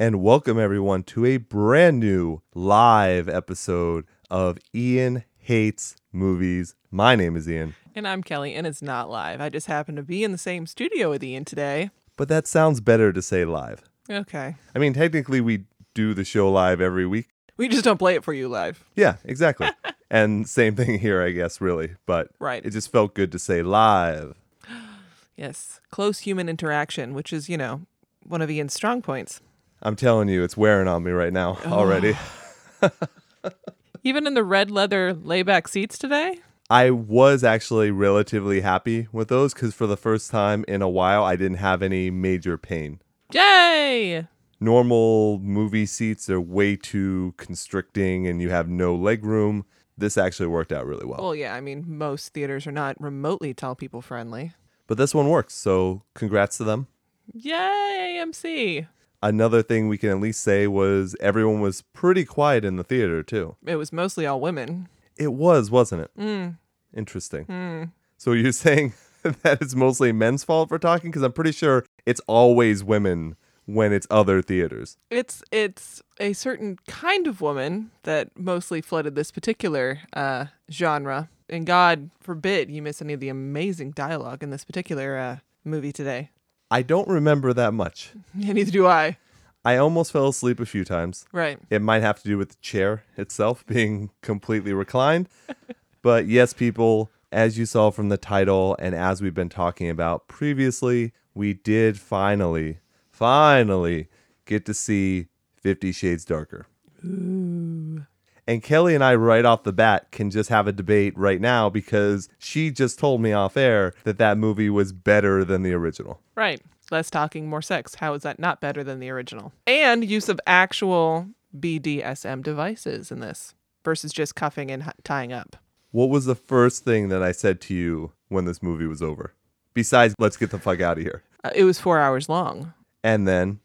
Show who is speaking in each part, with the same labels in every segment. Speaker 1: and welcome everyone to a brand new live episode of Ian Hates Movies. My name is Ian,
Speaker 2: And I'm Kelly, and it's not live. I just happen to be in the same studio with Ian today.
Speaker 1: but that sounds better to say live.
Speaker 2: Okay.
Speaker 1: I mean, technically, we do the show live every week.
Speaker 2: We just don't play it for you live.
Speaker 1: Yeah, exactly. and same thing here, I guess, really. But
Speaker 2: Right.
Speaker 1: it just felt good to say live.
Speaker 2: Yes. Close human interaction, which is, you know, one of Ian's strong points.
Speaker 1: I'm telling you, it's wearing on me right now already.
Speaker 2: Even in the red leather layback seats today?
Speaker 1: I was actually relatively happy with those because for the first time in a while, I didn't have any major pain.
Speaker 2: Yay!
Speaker 1: Normal movie seats are way too constricting and you have no leg room. This actually worked out really well.
Speaker 2: Well, yeah, I mean, most theaters are not remotely tell people friendly.
Speaker 1: But this one works, so congrats to them.
Speaker 2: Yay, MC!
Speaker 1: Another thing we can at least say was everyone was pretty quiet in the theater, too.
Speaker 2: It was mostly all women.
Speaker 1: It was, wasn't it? Interesting. So you're saying that it's mostly men's fault for talking? Because I'm pretty sure it's always women when it's other theaters.
Speaker 2: It's it's a certain kind of woman that mostly flooded this particular uh, genre, and God forbid you miss any of the amazing dialogue in this particular uh, movie today.
Speaker 1: I don't remember that much.
Speaker 2: Yeah, neither do I.
Speaker 1: I almost fell asleep a few times.
Speaker 2: Right.
Speaker 1: It might have to do with the chair itself being completely reclined. But yes, people, as you saw from the title and as we've been talking about previously, we did finally, finally get to see Fifty Shades Darker. And Kelly and I, right off the bat, can just have a debate right now because she just told me off air that that movie was better than the original.
Speaker 2: Right. Less talking, more sex. How is that not better than the original? And use of actual BDSM devices in this versus just cuffing and h- tying up.
Speaker 1: What was the first thing that I said to you when this movie was over? Besides, let's get the fuck out of here.
Speaker 2: Uh, it was four hours long.
Speaker 1: And then,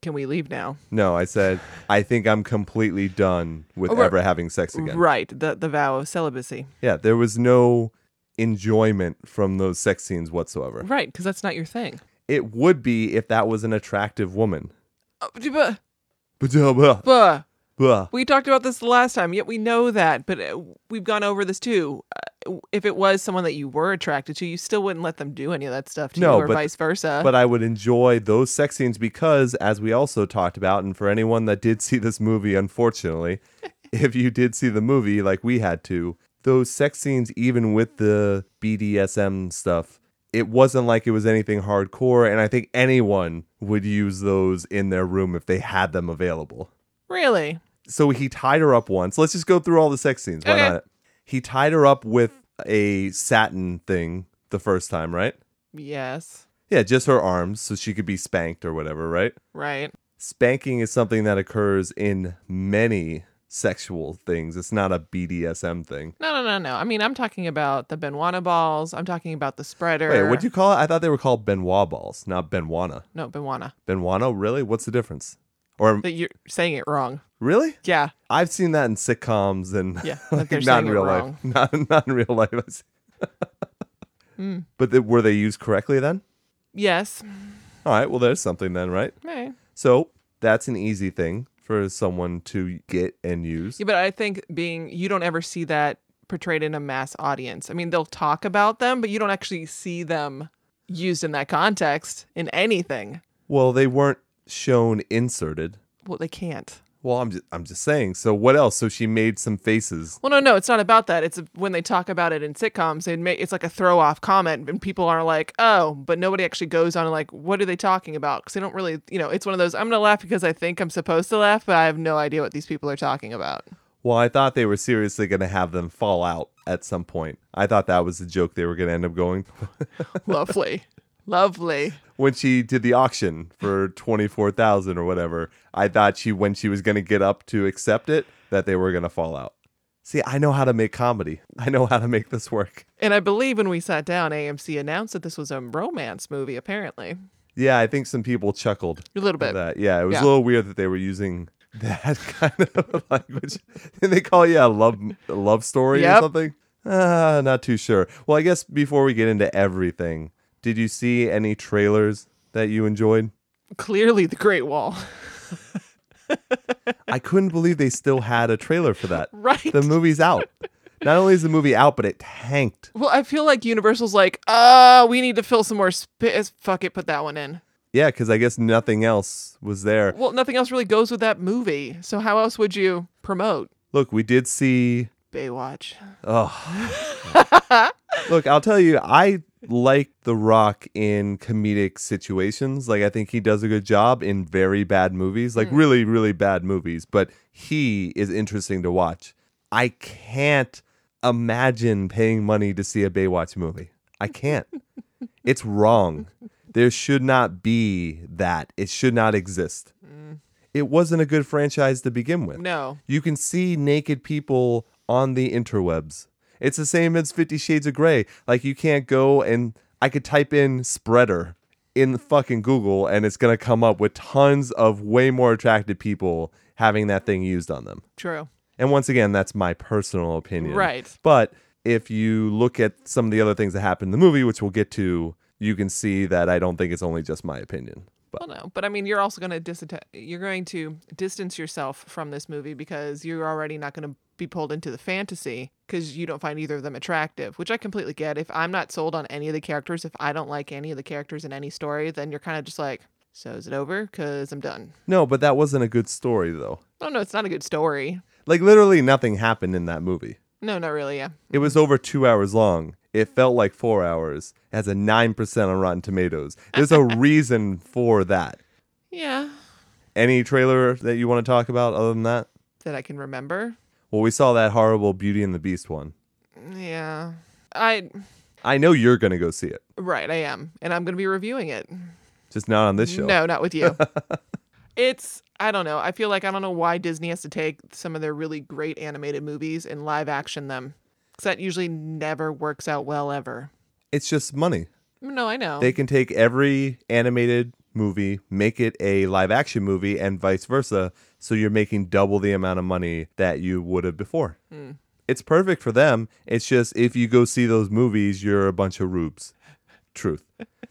Speaker 2: Can we leave now?
Speaker 1: no, I said, I think I'm completely done with
Speaker 2: Over-
Speaker 1: ever having sex again.
Speaker 2: Right. The the vow of celibacy.
Speaker 1: Yeah, there was no enjoyment from those sex scenes whatsoever.
Speaker 2: Right, because that's not your thing.
Speaker 1: It would be if that was an attractive woman.
Speaker 2: Oh, but-
Speaker 1: Blah, blah,
Speaker 2: Buh.
Speaker 1: blah.
Speaker 2: We talked about this the last time, yet we know that, but uh, we've gone over this too. Uh, If it was someone that you were attracted to, you still wouldn't let them do any of that stuff to
Speaker 1: No,
Speaker 2: you, or
Speaker 1: but-
Speaker 2: vice versa.
Speaker 1: But I would enjoy those sex scenes because, as we also talked about, and for anyone that did see this movie, unfortunately, if you did see the movie like we had to, those sex scenes, even with the BDSM stuff, it wasn't like it was anything hardcore. And I think anyone would use those in their room if they had them available.
Speaker 2: really?
Speaker 1: So he tied her up once. Let's just go through all the sex scenes. Why
Speaker 2: Okay.
Speaker 1: not? He tied her up with a satin thing the first time, right?
Speaker 2: Yes.
Speaker 1: Yeah, just her arms so she could be spanked or whatever, right?
Speaker 2: Right.
Speaker 1: Spanking is something that occurs in many sexual things. It's not a BDSM thing.
Speaker 2: No, no, no, no. I mean, I'm talking about the Benwana balls. I'm talking about the spreader.
Speaker 1: Wait, what'd you call it? I thought they were called Benoit balls, not Benwana.
Speaker 2: No, Benwana.
Speaker 1: Benwana, really? What's the difference? Or
Speaker 2: That you're saying it wrong.
Speaker 1: really?
Speaker 2: Yeah.
Speaker 1: I've seen that in sitcoms and
Speaker 2: Yeah, that
Speaker 1: like,
Speaker 2: they're
Speaker 1: not in
Speaker 2: saying it
Speaker 1: real life.
Speaker 2: wrong.
Speaker 1: Not, not in real life. I see.
Speaker 2: Hmm.
Speaker 1: But they, were they used correctly then?
Speaker 2: Yes.
Speaker 1: All right, well, there's something then, right?
Speaker 2: Right.
Speaker 1: So that's an easy thing for someone to get and use.
Speaker 2: Yeah, but I think being you don't ever see that portrayed in a mass audience. I mean, they'll talk about them, but you don't actually see them used in that context in anything.
Speaker 1: Well, they weren't shown inserted.
Speaker 2: Well, they can't.
Speaker 1: Well, I'm just, I'm just saying. So what else? So she made some faces.
Speaker 2: Well, no, no, it's not about that. It's when they talk about it in sitcoms, they make it's like a throw off comment, and people are like, "Oh," but nobody actually goes on and like, "What are they talking about?" Because they don't really, you know, it's one of those. I'm gonna laugh because I think I'm supposed to laugh, but I have no idea what these people are talking about.
Speaker 1: Well, I thought they were seriously going to have them fall out at some point. I thought that was the joke they were going to end up going
Speaker 2: Lovely, lovely.
Speaker 1: when she did the auction for 24,000 or whatever. I thought she when she was going to get up to accept it that they were going to fall out. See, I know how to make comedy. I know how to make this work.
Speaker 2: And I believe when we sat down, AMC announced that this was a romance movie, apparently.
Speaker 1: Yeah, I think some people chuckled.
Speaker 2: A little
Speaker 1: at
Speaker 2: bit.
Speaker 1: That. Yeah, it was
Speaker 2: Yeah.
Speaker 1: a little weird that they were using that kind of language. And they call you a love a love story or
Speaker 2: Yep.
Speaker 1: something? Uh, not too sure. Well, I guess before we get into everything, did you see any trailers that you enjoyed?
Speaker 2: Clearly, the Great Wall.
Speaker 1: I couldn't believe they still had a trailer for that.
Speaker 2: Right.
Speaker 1: The movie's out. Not only is the movie out, but it tanked.
Speaker 2: well, I feel like Universal's like, uh, we need to fill some more space. Fuck it, put that one in.
Speaker 1: Yeah, because I guess nothing else was there.
Speaker 2: Well, nothing else really goes with that movie. So how else would you promote
Speaker 1: Look, we did see.
Speaker 2: Baywatch?
Speaker 1: Oh. Look, I'll tell you, I like The Rock in comedic situations. Like, I think he does a good job in very bad movies, like really, really bad movies, but he is interesting to watch. I can't imagine paying money to see a Baywatch movie. I can't. it's wrong. There should not be that, it should not exist. It wasn't a good franchise to begin with.
Speaker 2: No.
Speaker 1: You can see naked people on the interwebs. It's the same as Fifty Shades of Grey. Like you can't go and I could type in spreader in fucking Google and it's gonna come up with tons of way more attractive people having that thing used on them.
Speaker 2: True.
Speaker 1: And once again, that's my personal opinion.
Speaker 2: Right.
Speaker 1: But if you look at some of the other things that happen in the movie, which we'll get to, you can see that I don't think it's only just my opinion. But
Speaker 2: Well, no, but I mean, you're also going to disatta- you're going to distance yourself from this movie because you're already not going to be pulled into the fantasy because you don't find either of them attractive, which I completely get. If I'm not sold on any of the characters, if I don't like any of the characters in any story, then you're kind of just like, so is it over? Because I'm done.
Speaker 1: no, but that wasn't a good story though.
Speaker 2: Oh no, it's not a good story.
Speaker 1: Like literally nothing happened in that movie.
Speaker 2: No, not really. Yeah.
Speaker 1: It was over two hours long. It felt like four hours. It has a 9% on Rotten Tomatoes. There's a reason for that.
Speaker 2: Yeah.
Speaker 1: Any trailer that you want to talk about other than that?
Speaker 2: That I can remember.
Speaker 1: Well, we saw that horrible Beauty and the Beast one.
Speaker 2: Yeah. I
Speaker 1: I know you're going to go see it,
Speaker 2: right, I am. And I'm going to be reviewing it.
Speaker 1: just not on this show.
Speaker 2: No, not with you. it's I don't know. I feel like I don't know why Disney has to take some of their really great animated movies and live action them. Cuz that usually never works out well ever.
Speaker 1: It's just money.
Speaker 2: No, I know.
Speaker 1: They can take every animated movie, make it a live action movie, and vice versa. So you're making double the amount of money that you would have before.
Speaker 2: Hmm.
Speaker 1: It's perfect for them. It's just if you go see those movies, you're a bunch of rubes. Truth.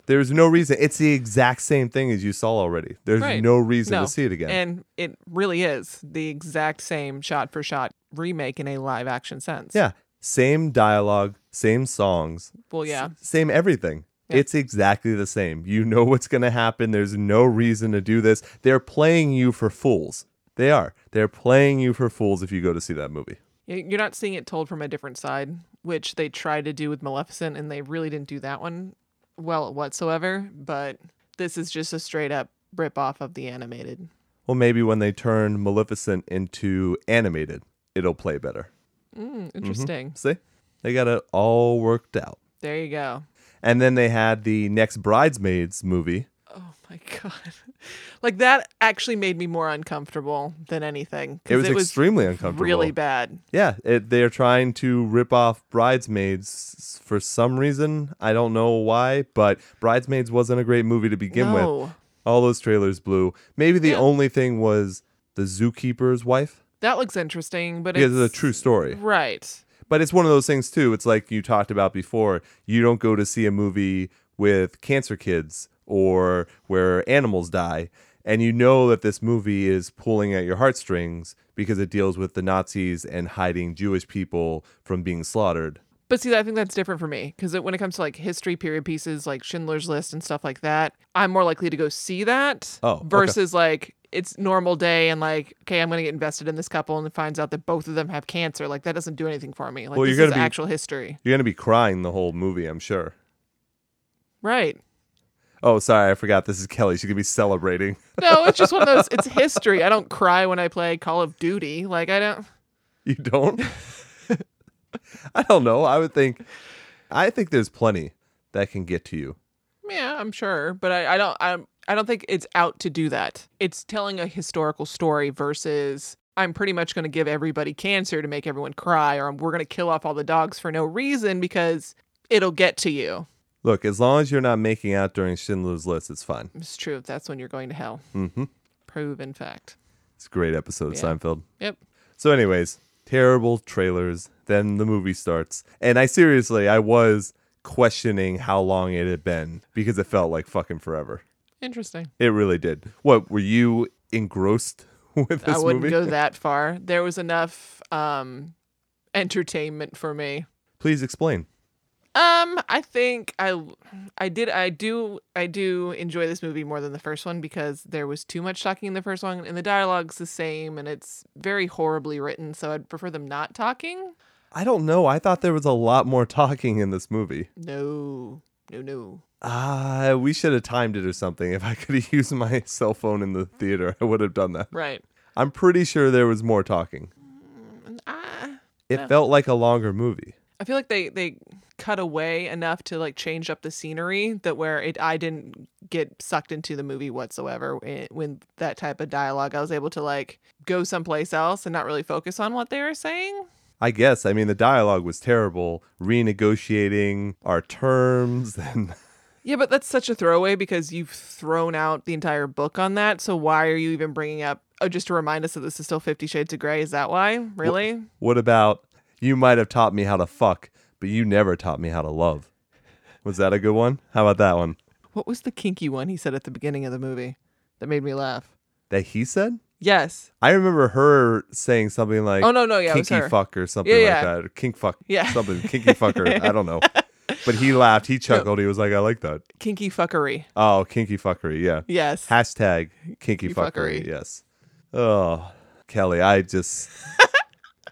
Speaker 1: There's no reason. It's the exact same thing as you saw already. There's
Speaker 2: Right.
Speaker 1: no reason
Speaker 2: No.
Speaker 1: to see it again.
Speaker 2: and it really is the exact same shot for shot remake in a live action sense.
Speaker 1: yeah. Same dialogue, same songs,
Speaker 2: Well, yeah.
Speaker 1: same everything. It's exactly the same. You know what's going to happen. There's no reason to do this. They're playing you for fools. They are. They're playing you for fools if you go to see that movie.
Speaker 2: Y- You're not seeing it told from a different side, which they tried to do with Maleficent, and they really didn't do that one well whatsoever. But this is just a straight up rip off of the animated.
Speaker 1: Well, maybe when they turn Maleficent into animated, it'll play better.
Speaker 2: Mm,
Speaker 1: Mm-hmm.
Speaker 2: Interesting.
Speaker 1: See? They got it all worked out.
Speaker 2: There you go.
Speaker 1: And then they had the next Bridesmaids movie.
Speaker 2: Oh my god! Like that actually made me more uncomfortable than anything. 'cause
Speaker 1: It was, extremely uncomfortable.
Speaker 2: really bad.
Speaker 1: Yeah, it, they're trying to rip off Bridesmaids for some reason. I don't know why, but Bridesmaids wasn't a great movie to begin with.
Speaker 2: no,
Speaker 1: All those trailers blew. Maybe the
Speaker 2: Yeah.
Speaker 1: only thing was the zookeeper's wife
Speaker 2: that looks interesting, but
Speaker 1: because
Speaker 2: it's
Speaker 1: it's a true story.
Speaker 2: Right.
Speaker 1: But it's one of those things too. It's like you talked about before. You don't go to see a movie with cancer kids or where animals die, and you know that this movie is pulling at your heartstrings because it deals with the Nazis and hiding Jewish people from being slaughtered.
Speaker 2: But see, I think that's different for me because when it comes to like history period pieces, like Schindler's List and stuff like that, I'm more likely to go see that.
Speaker 1: Oh, okay.
Speaker 2: versus like it's normal day and like, okay, I'm going to get invested in this couple and it finds out that both of them have cancer. Like that doesn't do anything for me. Like
Speaker 1: Well,
Speaker 2: this
Speaker 1: you're
Speaker 2: is
Speaker 1: gonna be-
Speaker 2: actual history,
Speaker 1: You're gonna be crying the whole movie, I'm sure.
Speaker 2: right?
Speaker 1: Oh, sorry, I forgot. This is Kelly. She's gonna be celebrating.
Speaker 2: No, it's just one of those. It's history. I don't cry when I play Call of Duty. Like I don't.
Speaker 1: You don't? I don't know. I would think. I think there's plenty that can get to you.
Speaker 2: Yeah, I'm sure, but I, I don't. I'm. I don't think it's out to do that. It's telling a historical story versus I'm pretty much going to give everybody cancer to make everyone cry, or we're going to kill off all the dogs for no reason because it'll get to you.
Speaker 1: Look, as long as you're not making out during Schindler's List, it's fine.
Speaker 2: It's true. That's when you're going to hell.
Speaker 1: Mm-hmm.
Speaker 2: Proven fact.
Speaker 1: It's a great episode of
Speaker 2: Yeah.
Speaker 1: Seinfeld.
Speaker 2: Yep.
Speaker 1: So, anyways, terrible trailers. Then the movie starts, and I seriously, I was questioning how long it had been because it felt like fucking forever.
Speaker 2: Interesting.
Speaker 1: It really did. What were you engrossed with this
Speaker 2: I wouldn't
Speaker 1: movie.
Speaker 2: go that far. There was enough um entertainment for me.
Speaker 1: Please explain.
Speaker 2: Um, I think I, I did, I do, I do enjoy this movie more than the first one because there was too much talking in the first one, and the dialogue's the same, and it's very horribly written. So I'd prefer them not talking.
Speaker 1: I don't know. I thought there was a lot more talking in this movie.
Speaker 2: No, no, no.
Speaker 1: Ah, we should have timed it or something. If I could have used my cell phone in the theater, I would have done that.
Speaker 2: Right.
Speaker 1: I'm pretty sure there was more talking.
Speaker 2: And I,
Speaker 1: It
Speaker 2: Yeah.
Speaker 1: felt like a longer movie.
Speaker 2: I feel like they they cut away enough to like change up the scenery that where it I didn't get sucked into the movie whatsoever when, when that type of dialogue. I was able to like go someplace else and not really focus on what they were saying.
Speaker 1: I guess. I mean, the dialogue was terrible. Renegotiating our terms and
Speaker 2: Yeah, but that's such a throwaway because you've thrown out the entire book on that. So why are you even bringing up? Oh, just to remind us that this is still Fifty Shades of Grey. Is that why? Really?
Speaker 1: what about you might have taught me how to fuck, but you never taught me how to love? Was that a good one? How about that one?
Speaker 2: What was the kinky one he said at the beginning of the movie that made me laugh?
Speaker 1: That he said?
Speaker 2: Yes.
Speaker 1: I remember her saying something like
Speaker 2: Oh no, no, yeah, it was
Speaker 1: kinky
Speaker 2: her.
Speaker 1: fuck or something
Speaker 2: Yeah,
Speaker 1: like
Speaker 2: yeah.
Speaker 1: that. Or kink fuck.
Speaker 2: Yeah.
Speaker 1: Something. Kinky fucker. I don't know. But he laughed, he chuckled, he was like, I like that.
Speaker 2: kinky fuckery.
Speaker 1: Oh, kinky fuckery, yeah.
Speaker 2: Yes.
Speaker 1: Hashtag kinky
Speaker 2: Kinky
Speaker 1: fuckery,
Speaker 2: fuckery.
Speaker 1: yes. Oh, Kelly, I just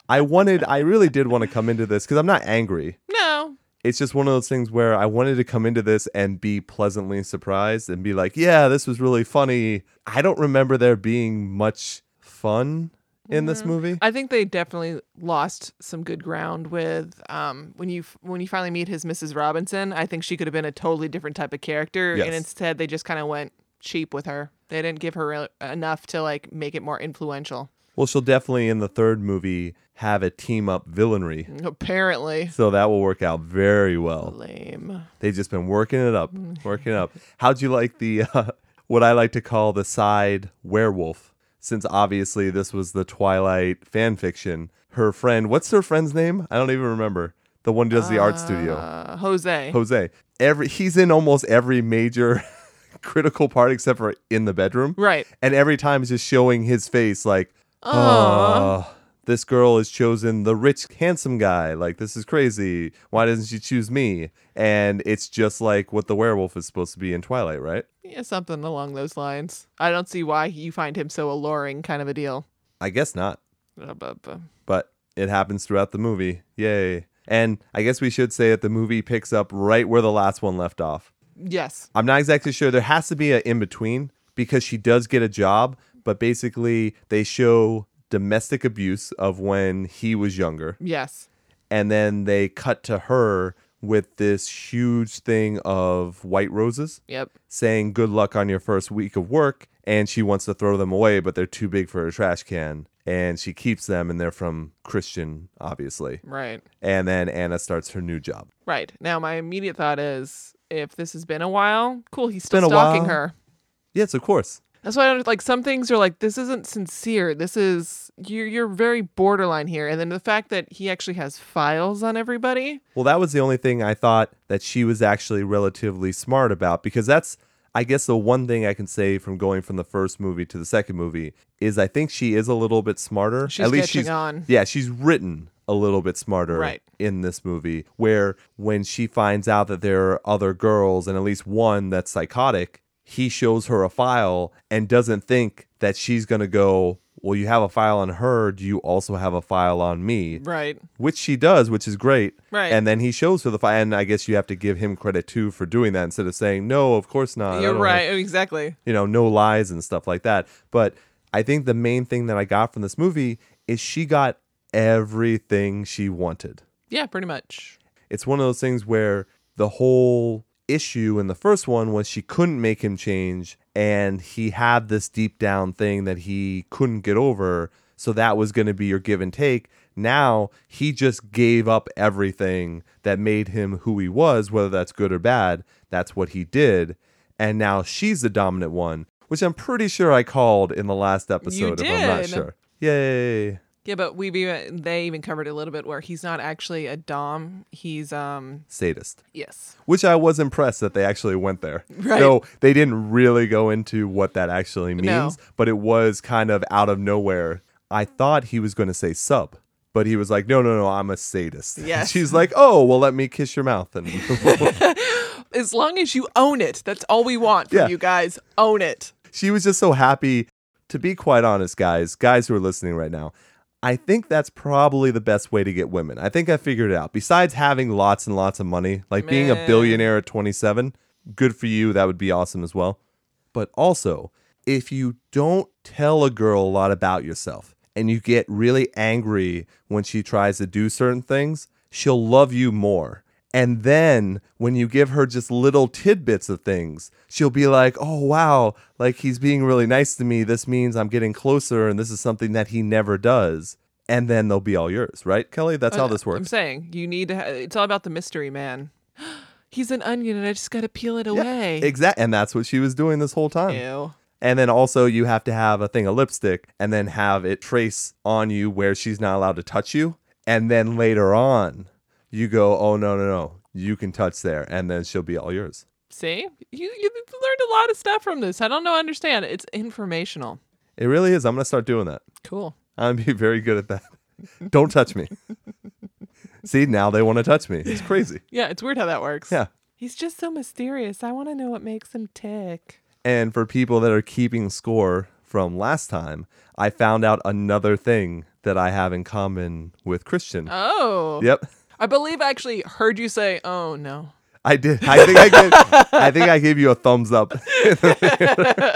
Speaker 1: I wanted I really did want to come into this because I'm not angry.
Speaker 2: No.
Speaker 1: It's just one of those things where I wanted to come into this and be pleasantly surprised and be like, yeah, this was really funny. I don't remember there being much fun in
Speaker 2: Mm-hmm.
Speaker 1: this movie.
Speaker 2: I think they definitely lost some good ground with um, when you when you finally meet his Mrs. Robinson. I think she could have been a totally different type of character,
Speaker 1: Yes.
Speaker 2: and instead they just kind of went cheap with her. They didn't give her re- enough to like make it more influential.
Speaker 1: Well, she'll definitely in the third movie have a team up villainry.
Speaker 2: Apparently,
Speaker 1: So that will work out very well.
Speaker 2: lame.
Speaker 1: They've just been working it up, working it up. How'd you like the, uh, what I like to call the side werewolf? Since obviously this was the Twilight fan fiction, her friend, what's her friend's name? I don't even remember. The one who does the art studio,
Speaker 2: Uh, Jose.
Speaker 1: Jose. Every he's in almost every major critical part except for in the bedroom.
Speaker 2: right.
Speaker 1: And every time it's just showing his face like, oh, this girl has chosen the rich, handsome guy. Like, this is crazy. Why doesn't she choose me? And it's just like what the werewolf is supposed to be in Twilight, right?
Speaker 2: Yeah, something along those lines. I don't see why you find him so alluring, kind of a deal.
Speaker 1: I guess not,
Speaker 2: Blah, blah, blah.
Speaker 1: but it happens throughout the movie. Yay. And I guess we should say that the movie picks up right where the last one left off.
Speaker 2: Yes.
Speaker 1: I'm not exactly sure. There has to be an in between because she does get a job, but basically they show domestic abuse of when he was younger.
Speaker 2: Yes.
Speaker 1: and then they cut to her with this huge thing of white roses
Speaker 2: Yep.
Speaker 1: saying good luck on your first week of work and she wants to throw them away but they're too big for her trash can and she keeps them and they're from christian obviously
Speaker 2: Right.
Speaker 1: and then anna starts her new job
Speaker 2: Right. Now, my immediate thought is if this has been a while, cool, he's still
Speaker 1: been a
Speaker 2: stalking
Speaker 1: while.
Speaker 2: her.
Speaker 1: yes of course
Speaker 2: That's why I don't like some things are like this isn't sincere. This is you're you're very borderline here. And then the fact that he actually has files on everybody.
Speaker 1: well that was the only thing i thought that she was actually relatively smart about because that's i guess the one thing i can say from going from the first movie to the second movie is i think she is a little bit smarter
Speaker 2: She's
Speaker 1: at least
Speaker 2: catching
Speaker 1: she's
Speaker 2: on.
Speaker 1: Yeah, she's written a little bit smarter
Speaker 2: Right.
Speaker 1: in this movie, where when she finds out that there are other girls and at least one that's psychotic, he shows her a file and doesn't think that she's going to go, Well, you have a file on her. Do you also have a file on me?
Speaker 2: Right.
Speaker 1: Which she does, which is great.
Speaker 2: Right.
Speaker 1: And then he shows her the file. And I guess you have to give him credit too for doing that instead of saying, No, of course not. I
Speaker 2: You're
Speaker 1: don't have
Speaker 2: right. Oh, Exactly.
Speaker 1: you know, no lies and stuff like that. But I think the main thing that I got from this movie is she got everything she wanted.
Speaker 2: Yeah, pretty much.
Speaker 1: It's one of those things where the whole issue in the first one was she couldn't make him change and he had this deep down thing that he couldn't get over. So that was going to be your give and take. Now he just gave up everything that made him who he was, whether that's good or bad. That's what he did. And now she's the dominant one, which I'm pretty sure I called in the last episode, if I'm not
Speaker 2: did.
Speaker 1: sure. Yay.
Speaker 2: Yeah, but we have they even covered a little bit where he's not actually a dom. He's um
Speaker 1: Sadist.
Speaker 2: yes.
Speaker 1: Which I was impressed that they actually went there.
Speaker 2: Right.
Speaker 1: No, they didn't really go into what that actually means,
Speaker 2: No.
Speaker 1: but it was kind of out of nowhere. I thought he was going to say sub, but he was like, no, no, no, I'm a sadist.
Speaker 2: Yes.
Speaker 1: She's like, oh, well, let me kiss your mouth. And
Speaker 2: As long as you own it, that's all we want from
Speaker 1: Yeah.
Speaker 2: you guys. Own it.
Speaker 1: she was just so happy. To be quite honest, guys, guys who are listening right now, I think that's probably the best way to get women. I think I figured it out. Besides having lots and lots of money, like being a
Speaker 2: Man.
Speaker 1: billionaire at 27, good for you. That would be awesome as well. But also, if you don't tell a girl a lot about yourself and you get really angry when she tries to do certain things, she'll love you more. And then when you give her just little tidbits of things, she'll be like, oh, wow, like he's being really nice to me. This means I'm getting closer and this is something that he never does. And then they'll be all yours, right, Kelly? That's how this
Speaker 2: I'm
Speaker 1: works.
Speaker 2: saying you need to. Ha- it's all about the mystery, man. He's an onion, and I just got to peel it away.
Speaker 1: Exactly. And that's what she was doing this whole time.
Speaker 2: Ew.
Speaker 1: And then also you have to have a thing of lipstick and then have it trace on you where she's not allowed to touch you. And then later on, you go, oh no, no, no, you can touch there, and then she'll be all yours.
Speaker 2: See, you you learned a lot of stuff from this. I don't know. Understand? It's informational.
Speaker 1: It really is. I'm gonna start doing that.
Speaker 2: Cool.
Speaker 1: I'm gonna be very good at that. Don't touch me. See, now they want to touch me. It's crazy.
Speaker 2: Yeah, it's weird how that works.
Speaker 1: Yeah.
Speaker 2: He's just so mysterious. I want to know what makes him tick.
Speaker 1: And for people that are keeping score from last time, I found out another thing that I have in common with Christian.
Speaker 2: Oh.
Speaker 1: Yep.
Speaker 2: I believe I actually heard you say, "Oh no."
Speaker 1: I did. I think I gave, I think I gave you a thumbs up.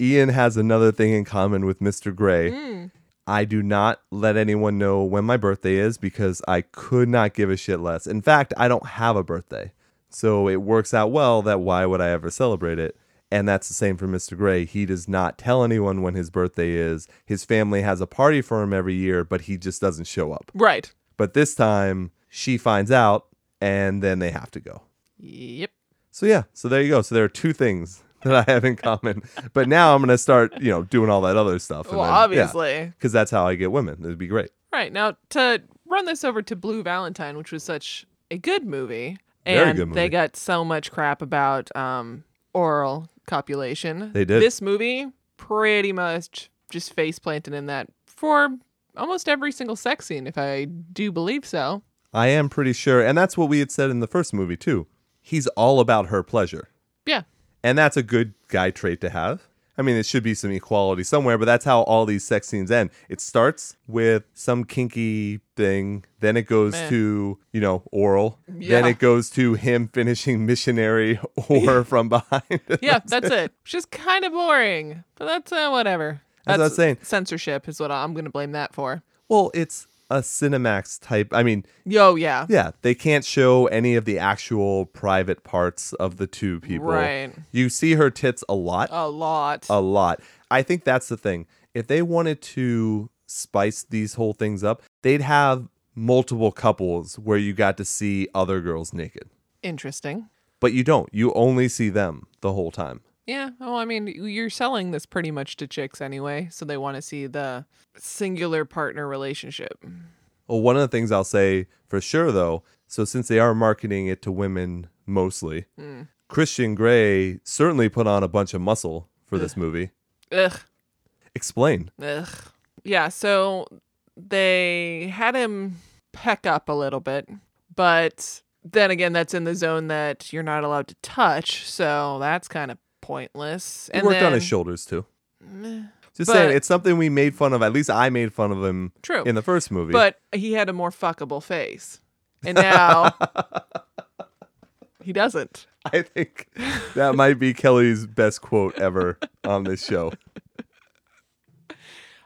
Speaker 1: Ian has another thing in common with Mr. Gray. I do not let anyone know when my birthday is because I could not give a shit less. In fact, I don't have a birthday. So it works out well that why would I ever celebrate it? And that's the same for Mr. Gray. He does not tell anyone when his birthday is. His family has a party for him every year, but he just doesn't show up.
Speaker 2: Right.
Speaker 1: But this time she finds out and then they have to go.
Speaker 2: Yep.
Speaker 1: So yeah, so there you go. So there are two things that I have in common. but now I'm gonna start, you know, doing all that other stuff.
Speaker 2: Well, obviously.
Speaker 1: Because that's how I get women. It'd be great.
Speaker 2: Right. Now, to run this over to Blue Valentine, which was such a good movie,
Speaker 1: Very
Speaker 2: and
Speaker 1: good movie.
Speaker 2: they got so much crap about um, oral copulation.
Speaker 1: They did.
Speaker 2: This movie pretty much just face planted in that for almost every single sex scene, if I do believe so.
Speaker 1: I am pretty sure, and that's what we had said in the first movie too. He's all about her pleasure.
Speaker 2: Yeah.
Speaker 1: And that's a good guy trait to have. I mean, it should be some equality somewhere, but that's how all these sex scenes end. It starts with some kinky thing, then it goes
Speaker 2: Meh.
Speaker 1: to, you know, oral, then
Speaker 2: Yeah.
Speaker 1: it goes to him finishing missionary or from behind.
Speaker 2: Yeah, that's it. Which is kind of boring, but that's uh, whatever.
Speaker 1: That's what I was saying.
Speaker 2: Censorship is what I'm going to blame that for.
Speaker 1: well, it's a Cinemax type. I mean,
Speaker 2: Yo, yeah.
Speaker 1: yeah, they can't show any of the actual private parts of the two people.
Speaker 2: Right.
Speaker 1: You see her tits a lot.
Speaker 2: A lot.
Speaker 1: a lot. I think that's the thing. If they wanted to spice these whole things up, they'd have multiple couples where you got to see other girls naked.
Speaker 2: Interesting.
Speaker 1: But you don't. You only see them the whole time.
Speaker 2: Yeah. Oh, I mean, you're selling this pretty much to chicks anyway, so they want to see the singular partner relationship.
Speaker 1: Well, one of the things I'll say for sure though, so since they are marketing it to women mostly,
Speaker 2: Hmm.
Speaker 1: Christian Grey certainly put on a bunch of muscle for this movie.
Speaker 2: Ugh.
Speaker 1: Explain.
Speaker 2: Ugh. Yeah. So they had him peck up a little bit, but then again, that's in the zone that you're not allowed to touch, so that's kind of pointless.
Speaker 1: He worked on his
Speaker 2: then-
Speaker 1: shoulders too. Just
Speaker 2: But-
Speaker 1: saying, it's something we made fun of. At least I made fun of him
Speaker 2: True.
Speaker 1: in the first movie.
Speaker 2: But he had a more fuckable face, and now he doesn't.
Speaker 1: I think that might be Kelly's best quote ever on this show.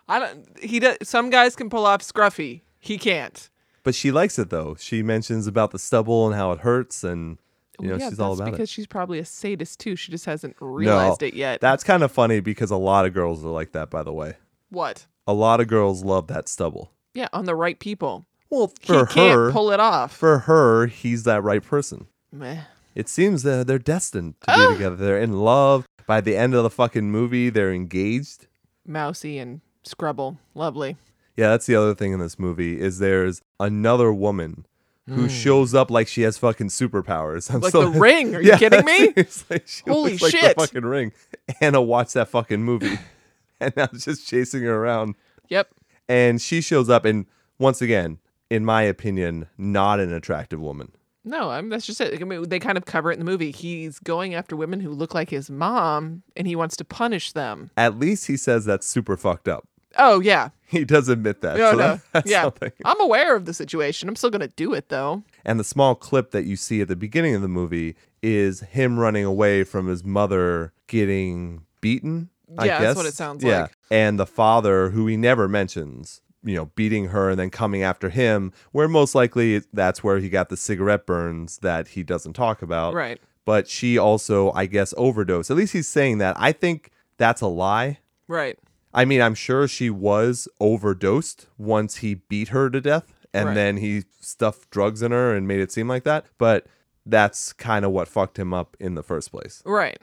Speaker 2: I don't. He does. Some guys can pull off scruffy. He can't.
Speaker 1: But she likes it though. She mentions about the stubble and how it hurts, and you know
Speaker 2: Well, yeah,
Speaker 1: she's all
Speaker 2: that's
Speaker 1: about
Speaker 2: because
Speaker 1: it.
Speaker 2: she's probably a sadist too. She just hasn't realized it yet.
Speaker 1: That's kind of funny because a lot of girls are like that, by the way.
Speaker 2: what?
Speaker 1: A lot of girls love that stubble.
Speaker 2: Yeah, on the right people.
Speaker 1: Well,
Speaker 2: He
Speaker 1: for
Speaker 2: can't
Speaker 1: her,
Speaker 2: pull it off.
Speaker 1: for her, he's that right person.
Speaker 2: Meh.
Speaker 1: It seems that they're destined to
Speaker 2: Oh.
Speaker 1: be together. They're in love. By the end of the fucking movie, they're engaged.
Speaker 2: Mousy and Scrubble, lovely.
Speaker 1: Yeah, that's the other thing in this movie is there's another woman who shows up like she has fucking superpowers. I'm
Speaker 2: Hmm. Like
Speaker 1: so-
Speaker 2: the ring. Are you
Speaker 1: Yeah,
Speaker 2: kidding me?
Speaker 1: seriously, she
Speaker 2: Holy
Speaker 1: looks like the
Speaker 2: shit.
Speaker 1: fucking ring. Anna watched that fucking movie, and I was just chasing her around.
Speaker 2: Yep.
Speaker 1: And she shows up, and once again, in my opinion, not an attractive woman.
Speaker 2: No, I mean, that's just it. I mean, they kind of cover it in the movie. He's going after women who look like his mom and he wants to punish them.
Speaker 1: At least he says that's super fucked up.
Speaker 2: Oh, yeah.
Speaker 1: He does admit that.
Speaker 2: No,
Speaker 1: so
Speaker 2: no.
Speaker 1: that- that's
Speaker 2: yeah.
Speaker 1: something.
Speaker 2: I'm aware of the situation. I'm still going to do it, though.
Speaker 1: And the small clip that you see at the beginning of the movie is him running away from his mother getting beaten. I
Speaker 2: Yeah,
Speaker 1: guess.
Speaker 2: that's what it sounds like.
Speaker 1: And the father, who he never mentions, you know, beating her and then coming after him, where most likely that's where he got the cigarette burns that he doesn't talk about.
Speaker 2: Right.
Speaker 1: But she also, I guess, overdosed. At least he's saying that. I think that's a lie.
Speaker 2: Right.
Speaker 1: I mean, I'm sure she was overdosed once he beat her to death and
Speaker 2: Right.
Speaker 1: then he stuffed drugs in her and made it seem like that. But that's kind of what fucked him up in the first place.
Speaker 2: Right.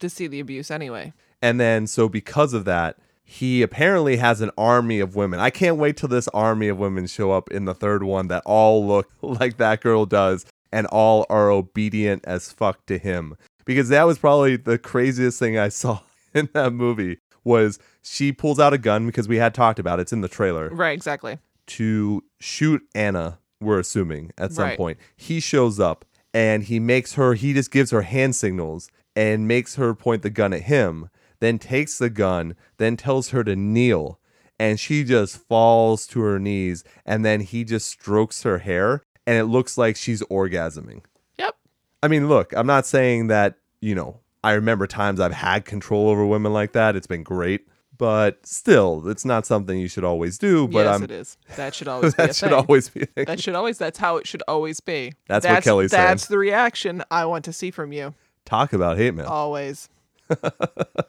Speaker 2: To see the abuse anyway.
Speaker 1: And then, so because of that, he apparently has an army of women. I can't wait till this army of women show up in the third one that all look like that girl does and all are obedient as fuck to him. Because that was probably the craziest thing I saw in that movie was she pulls out a gun because we had talked about it. It's in the trailer
Speaker 2: Right. Exactly.
Speaker 1: to shoot Anna, we're assuming, at some
Speaker 2: Right.
Speaker 1: point. He shows up and he makes her, he just gives her hand signals and makes her point the gun at him, then takes the gun, then tells her to kneel. And she just falls to her knees and then he just strokes her hair and it looks like she's orgasming.
Speaker 2: Yep.
Speaker 1: I mean, look, I'm not saying that, you know, I remember times I've had control over women like that. It's been great, but still, it's not something you should always do. But
Speaker 2: yes,
Speaker 1: I'm,
Speaker 2: it is. That should always be a
Speaker 1: that should
Speaker 2: thing.
Speaker 1: always be a thing.
Speaker 2: that should always. That's how it should always be.
Speaker 1: That's what Kelly's saying.
Speaker 2: That's the reaction I want to see from you
Speaker 1: Talk about hate mail.
Speaker 2: always. Oh.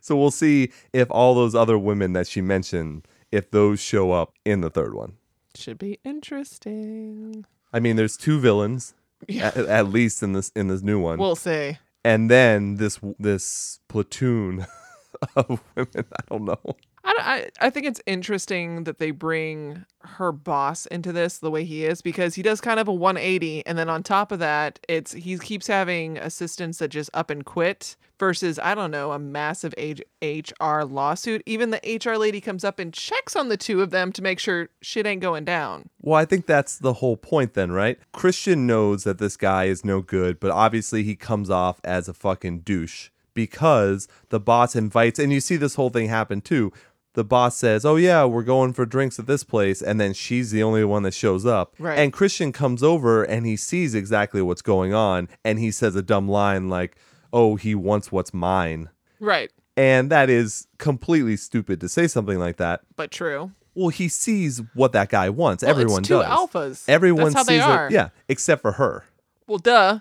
Speaker 1: So we'll see if all those other women that she mentioned, if those show up in the third one.
Speaker 2: Should be interesting.
Speaker 1: I mean, there's two villains,
Speaker 2: Yeah.
Speaker 1: at, at least in this in this new one,
Speaker 2: We'll see.
Speaker 1: and then this this platoon of women. I don't know.
Speaker 2: I, don't- I, I think it's interesting that they bring her boss into this the way he is because he does kind of a 180 and then on top of that it's he keeps having assistants that just up and quit versus I don't know a massive H- HR lawsuit even the HR lady comes up and checks on the two of them to make sure shit ain't going down
Speaker 1: Well, I think that's the whole point then, right? Christian knows that this guy is no good, but obviously he comes off as a fucking douche because the boss invites and you see this whole thing happen too. The boss says, "Oh yeah, we're going for drinks at this place," and then she's the only one that shows up.
Speaker 2: Right.
Speaker 1: And Christian comes over and he sees exactly what's going on and he says a dumb line like, "Oh, he wants what's mine."
Speaker 2: right
Speaker 1: And that is completely stupid to say something like that.
Speaker 2: but true
Speaker 1: Well, he sees what that guy wants.
Speaker 2: Well,
Speaker 1: Everyone
Speaker 2: it's two
Speaker 1: does.
Speaker 2: alphas
Speaker 1: Everyone
Speaker 2: That's how
Speaker 1: sees
Speaker 2: they
Speaker 1: it.
Speaker 2: are.
Speaker 1: Yeah, except for her.
Speaker 2: well duh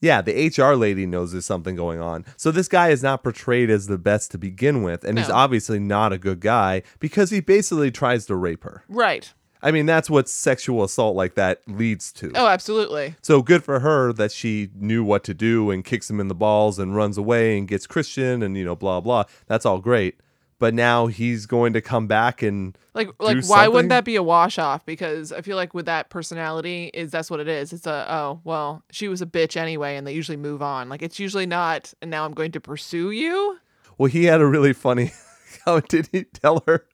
Speaker 1: Yeah, the HR lady knows there's something going on. So this guy is not portrayed as the best to begin with, and he's
Speaker 2: No.
Speaker 1: obviously not a good guy because he basically tries to rape her.
Speaker 2: right
Speaker 1: I mean, that's what sexual assault like that leads to.
Speaker 2: oh absolutely
Speaker 1: So good for her that she knew what to do and kicks him in the balls and runs away and gets Christian and you know blah blah. That's all great. But now he's going to come back and
Speaker 2: Like, like, why
Speaker 1: something?
Speaker 2: wouldn't that be a wash off? Because I feel like with that personality, is that's what it is. It's a oh well, she was a bitch anyway, and they usually move on. Like, it's usually not. And now I'm going to pursue you.
Speaker 1: Well, he had a really funny. How did he tell her?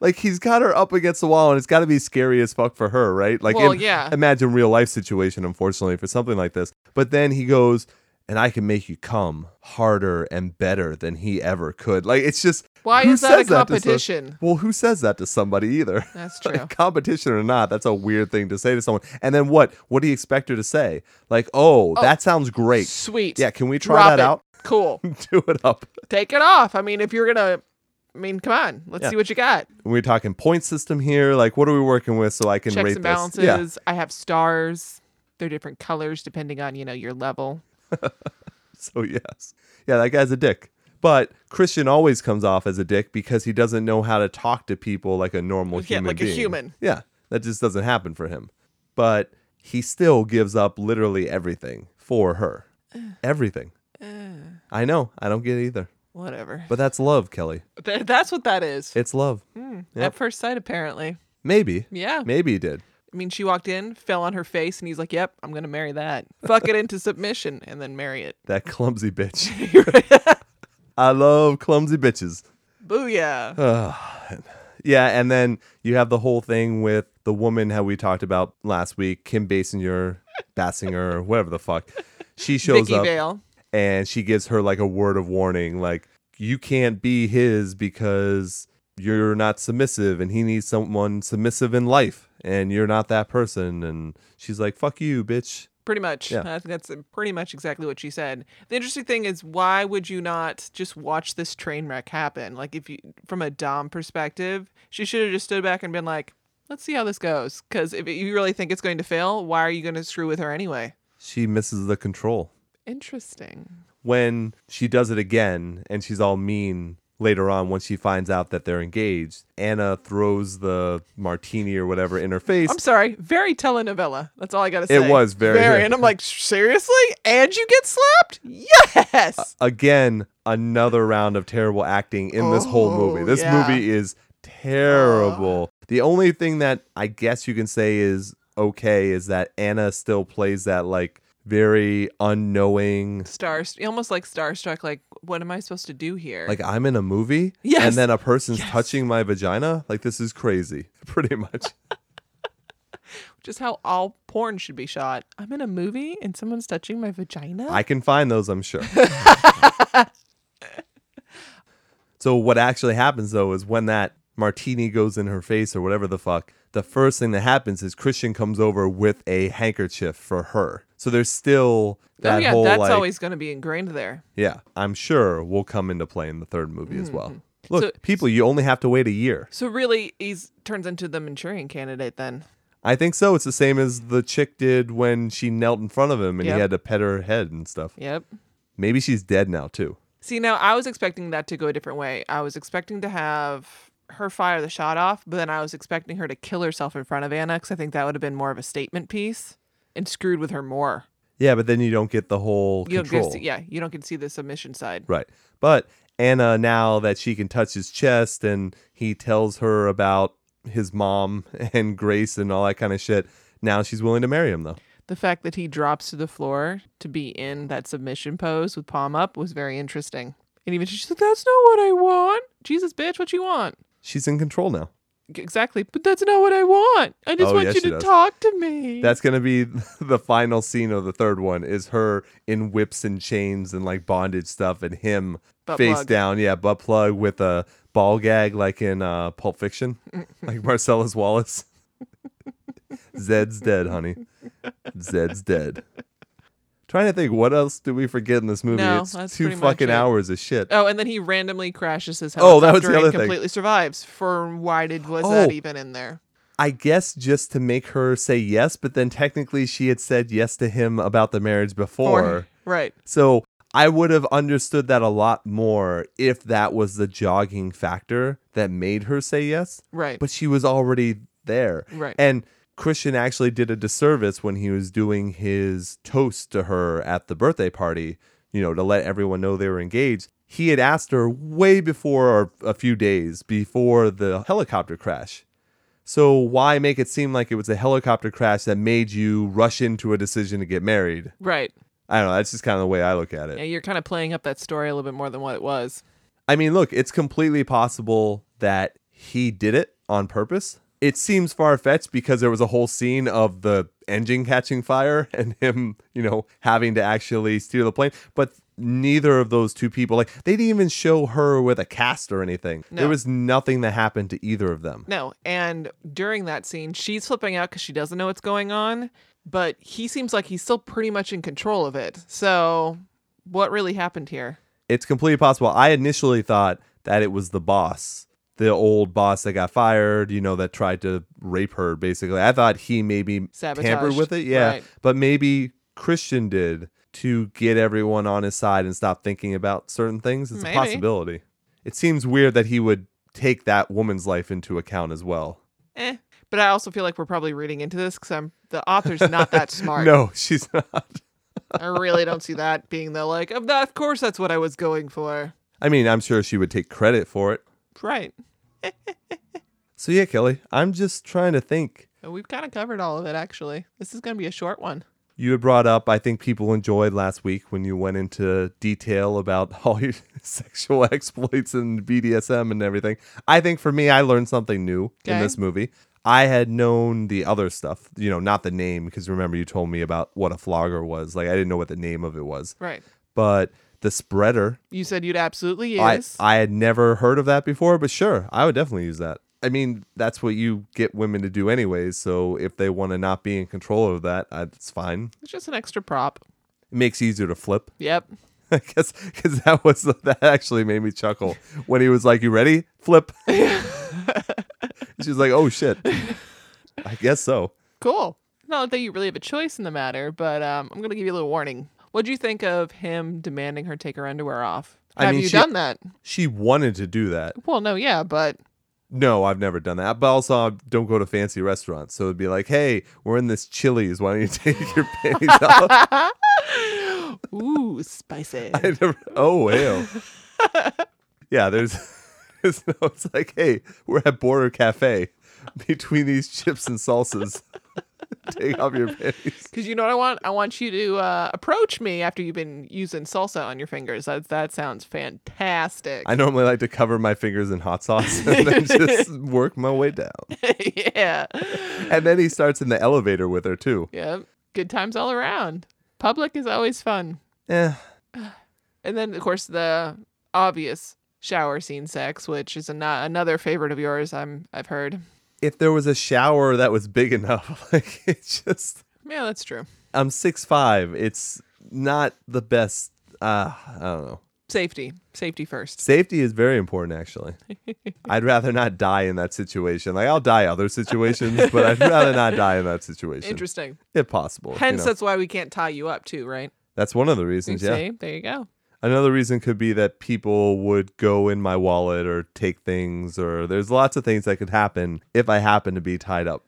Speaker 1: Like he's got her up against the wall, and it's got to be scary as fuck for her, right? Like,
Speaker 2: Well, yeah.
Speaker 1: Imagine real life situation, unfortunately, for something like this. But then he goes, and I can make you come harder and better than he ever could. Like it's just
Speaker 2: Why
Speaker 1: who
Speaker 2: is that a
Speaker 1: says to some-
Speaker 2: competition?
Speaker 1: well, who says that to somebody either?
Speaker 2: That's
Speaker 1: Like,
Speaker 2: true.
Speaker 1: competition or not, that's a weird thing to say to someone. And then what? What do you expect her to say? Like, oh, that sounds great.
Speaker 2: Sweet.
Speaker 1: Yeah, can we try
Speaker 2: Drop
Speaker 1: that
Speaker 2: it.
Speaker 1: out?
Speaker 2: Cool.
Speaker 1: Do it up.
Speaker 2: Take it off. I mean, if you're gonna, I mean, come on. Let's
Speaker 1: Yeah.
Speaker 2: see what you got.
Speaker 1: We're talking point system here. Like, what are we working with so I can
Speaker 2: Checks
Speaker 1: rate
Speaker 2: and
Speaker 1: this? Yeah.
Speaker 2: balances. I have stars. They're different colors depending on you know your level.
Speaker 1: So yes, yeah, that guy's a dick. But Christian always comes off as a dick because he doesn't know how to talk to people like a normal
Speaker 2: Yeah,
Speaker 1: human.
Speaker 2: like a
Speaker 1: being.
Speaker 2: human.
Speaker 1: Yeah, that just doesn't happen for him. But he still gives up literally everything for her. Everything. I know. I don't get it either.
Speaker 2: Whatever.
Speaker 1: But that's love, Kelly.
Speaker 2: Th- that's what that is.
Speaker 1: It's love.
Speaker 2: At first sight, apparently.
Speaker 1: Maybe.
Speaker 2: Mm. Yeah.
Speaker 1: Maybe he did.
Speaker 2: I mean, she walked in, fell on her face, and he's like, "Yep, I'm gonna marry that. Fuck it into submission, and then marry it."
Speaker 1: That clumsy bitch. I love clumsy bitches.
Speaker 2: Booyah!
Speaker 1: Yeah, and then you have the whole thing with the woman how we talked about last week, Kim Basinger, Bassinger, or whatever the fuck. She shows
Speaker 2: Vicky
Speaker 1: up
Speaker 2: Vale.
Speaker 1: and she gives her like a word of warning, like you can't be his because you're not submissive, and he needs someone submissive in life, and you're not that person. And she's like, "Fuck you, bitch."
Speaker 2: Pretty much.
Speaker 1: Yeah.
Speaker 2: I think that's uh, pretty much exactly what she said. The interesting thing is, why would you not just watch this train wreck happen? Like, if you, from a Dom perspective, she should have just stood back and been like, let's see how this goes. Because if you really think it's going to fail, why are you going to screw with her anyway?
Speaker 1: She misses the control.
Speaker 2: Interesting.
Speaker 1: when she does it again and she's all mean later on when she finds out that they're engaged anna throws the martini or whatever in her face
Speaker 2: I'm sorry. Very telenovela. That's all I got to say.
Speaker 1: It was very-
Speaker 2: And I'm like, seriously? And you get slapped?
Speaker 1: Uh,
Speaker 2: Yes.
Speaker 1: again another round of terrible acting in this whole movie
Speaker 2: Oh,
Speaker 1: this
Speaker 2: yeah. Uh.
Speaker 1: movie is terrible the only thing that i guess you can say is okay is that anna still plays that like very unknowing
Speaker 2: Star, almost like starstruck. Like, what am I supposed to do here?
Speaker 1: like i'm in a movie
Speaker 2: Yes.
Speaker 1: and then a person's
Speaker 2: Yes.
Speaker 1: touching my vagina like this is crazy pretty much
Speaker 2: just how all porn should be shot. I'm in a movie and someone's touching my vagina.
Speaker 1: I can find those, I'm sure. so what actually happens though is when that martini goes in her face or whatever the fuck, the first thing that happens is Christian comes over with a handkerchief for her. So there's still that
Speaker 2: oh yeah,
Speaker 1: whole
Speaker 2: that's
Speaker 1: like
Speaker 2: always going to be ingrained there.
Speaker 1: yeah, I'm sure will come into play in the third movie as well. Look,
Speaker 2: Mm-hmm. So-
Speaker 1: people, you only have to wait a year.
Speaker 2: So really, he's turns into the Manchurian Candidate then.
Speaker 1: I think so. It's the same as the chick did when she knelt in front of him and he
Speaker 2: Yep.
Speaker 1: had to pet her head and stuff.
Speaker 2: Yep.
Speaker 1: Maybe she's dead now too.
Speaker 2: See, now I was expecting that to go a different way. I was expecting to have her fire the shot off, but then I was expecting her to kill herself in front of Anna because I think that would have been more of a statement piece and screwed with her more.
Speaker 1: Yeah, but then you don't get the whole
Speaker 2: You
Speaker 1: control.
Speaker 2: don't get to, yeah, you don't get to see the submission side.
Speaker 1: Right. But Anna, now that she can touch his chest and he tells her about his mom and Grace and all that kind of shit, now she's willing to marry him, though.
Speaker 2: The fact that he drops to the floor to be in that submission pose with palm up was very interesting. And even she's like, "That's not what I want." Jesus, bitch, what you want?
Speaker 1: She's in control now.
Speaker 2: Exactly, but that's not what I want. I just
Speaker 1: Oh,
Speaker 2: want
Speaker 1: yes,
Speaker 2: you
Speaker 1: she
Speaker 2: to
Speaker 1: does.
Speaker 2: talk to me.
Speaker 1: That's going to be the final scene of the third one is her in whips and chains and like bondage stuff and him
Speaker 2: Butt
Speaker 1: face
Speaker 2: plug.
Speaker 1: down. Yeah, butt plug with a ball gag like in uh, Pulp Fiction, like Marcellus Wallace. Zed's dead, honey. Zed's dead. Trying to think, what else did we forget in this movie?
Speaker 2: No,
Speaker 1: it's
Speaker 2: that's
Speaker 1: two
Speaker 2: pretty much
Speaker 1: fucking
Speaker 2: it.
Speaker 1: hours of shit.
Speaker 2: oh, and then he randomly crashes his helicopter
Speaker 1: Oh, that was the other
Speaker 2: and
Speaker 1: thing.
Speaker 2: completely survives. For why did was that
Speaker 1: Oh.
Speaker 2: even in there?
Speaker 1: I guess just to make her say yes, but then technically she had said yes to him about the marriage before.
Speaker 2: Or- right.
Speaker 1: So I would have understood that a lot more if that was the jogging factor that made her say yes,
Speaker 2: Right.
Speaker 1: but she was already there.
Speaker 2: Right.
Speaker 1: And Christian actually did a disservice when he was doing his toast to her at the birthday party, you know, to let everyone know they were engaged. He had asked her way before or a few days before the helicopter crash. So why make it seem like it was a helicopter crash that made you rush into a decision to get married?
Speaker 2: right.
Speaker 1: I don't know. That's just kind of the way I look at it.
Speaker 2: Yeah, you're kind of playing up that story a little bit more than what it was.
Speaker 1: I mean, look, it's completely possible that he did it on purpose. It seems far fetched because there was a whole scene of the engine catching fire and him, you know, having to actually steer the plane. But neither of those two people, like, they didn't even show her with a cast or anything.
Speaker 2: No.
Speaker 1: There was nothing that happened to either of them.
Speaker 2: No. And during that scene, she's flipping out because she doesn't know what's going on, but he seems like he's still pretty much in control of it. So, what really happened here?
Speaker 1: It's completely possible. I initially thought that it was the boss, the old boss that got fired, you know, that tried to rape her, basically. I thought he maybe tampered
Speaker 2: Sabotaged.
Speaker 1: with it. Yeah.
Speaker 2: Right.
Speaker 1: But maybe Christian did to get everyone on his side and stop thinking about certain things. It's
Speaker 2: Maybe.
Speaker 1: a possibility. It seems weird that he would take that woman's life into account as well.
Speaker 2: Eh. But I also feel like we're probably reading into this because I'm the author's not that smart.
Speaker 1: No, she's not.
Speaker 2: I really don't see that being the like of that. Of course, that's what I was going for.
Speaker 1: I mean, I'm sure she would take credit for it.
Speaker 2: Right.
Speaker 1: So yeah, Kelly, I'm just trying to think.
Speaker 2: And Uh, we've kind of covered all of it, actually. This is going to be a short one.
Speaker 1: You had brought up, I think people enjoyed last week when you went into detail about all your sexual exploits and BDSM and everything. I think for me, I learned something new in
Speaker 2: Okay.
Speaker 1: this movie. I had known the other stuff, you know, not the name, because remember you told me about what a flogger was. Like I didn't know what the name of it was,
Speaker 2: Right.
Speaker 1: but the spreader.
Speaker 2: You said you'd absolutely
Speaker 1: I, uh,
Speaker 2: use.
Speaker 1: I had never heard of that before, but sure, I would definitely use that. I mean, that's what you get women to do anyways. So if they want to not be in control of that, I, it's fine.
Speaker 2: it's just an extra prop.
Speaker 1: It makes it easier to flip.
Speaker 2: Yep.
Speaker 1: I guess because that was that actually made me chuckle when he was like, "You ready? Flip." she was like, "Oh shit." I guess so.
Speaker 2: Cool. Not that you really have a choice in the matter, but um, I'm going to give you a little warning. What'd you think of him demanding her take her underwear off?
Speaker 1: I
Speaker 2: have
Speaker 1: mean,
Speaker 2: you
Speaker 1: she-
Speaker 2: done that?
Speaker 1: She wanted to do that.
Speaker 2: Well, no, yeah, but
Speaker 1: No, I've never done that. But also, I don't go to fancy restaurants, so it'd be like, "Hey, we're in this Chili's. Why don't you take your panties off?"
Speaker 2: ooh, spicy.
Speaker 1: I never, oh, hell. yeah, there's, there's no, it's like, hey, we're at Border Cafe between these chips and salsas. Take off your panties.
Speaker 2: Because you know what I want? I want you to uh, approach me after you've been using salsa on your fingers. That that sounds fantastic.
Speaker 1: I normally like to cover my fingers in hot sauce and then just work my way down.
Speaker 2: yeah,
Speaker 1: And then he starts in the elevator with her, too.
Speaker 2: yeah. Good times all around. Public is always fun.
Speaker 1: Eh,
Speaker 2: And then of course the obvious shower scene sex, which is an- another favorite of yours. I'm I've heard.
Speaker 1: if there was a shower that was big enough, like, it's just.
Speaker 2: Yeah, that's true.
Speaker 1: I'm six five. It's not the best. Uh, I don't know.
Speaker 2: Safety, safety first.
Speaker 1: Safety is very important, actually. I'd rather not die in that situation. Like I'll die other situations, but I'd rather not die in that situation,
Speaker 2: Interesting.
Speaker 1: if possible. you
Speaker 2: Hence,
Speaker 1: know.
Speaker 2: that's why we can't tie you up too, right?
Speaker 1: that's one of the
Speaker 2: You
Speaker 1: reasons. Yeah.
Speaker 2: see, there you go.
Speaker 1: Another reason could be that people would go in my wallet or take things, or there's lots of things that could happen if I happen to be tied up.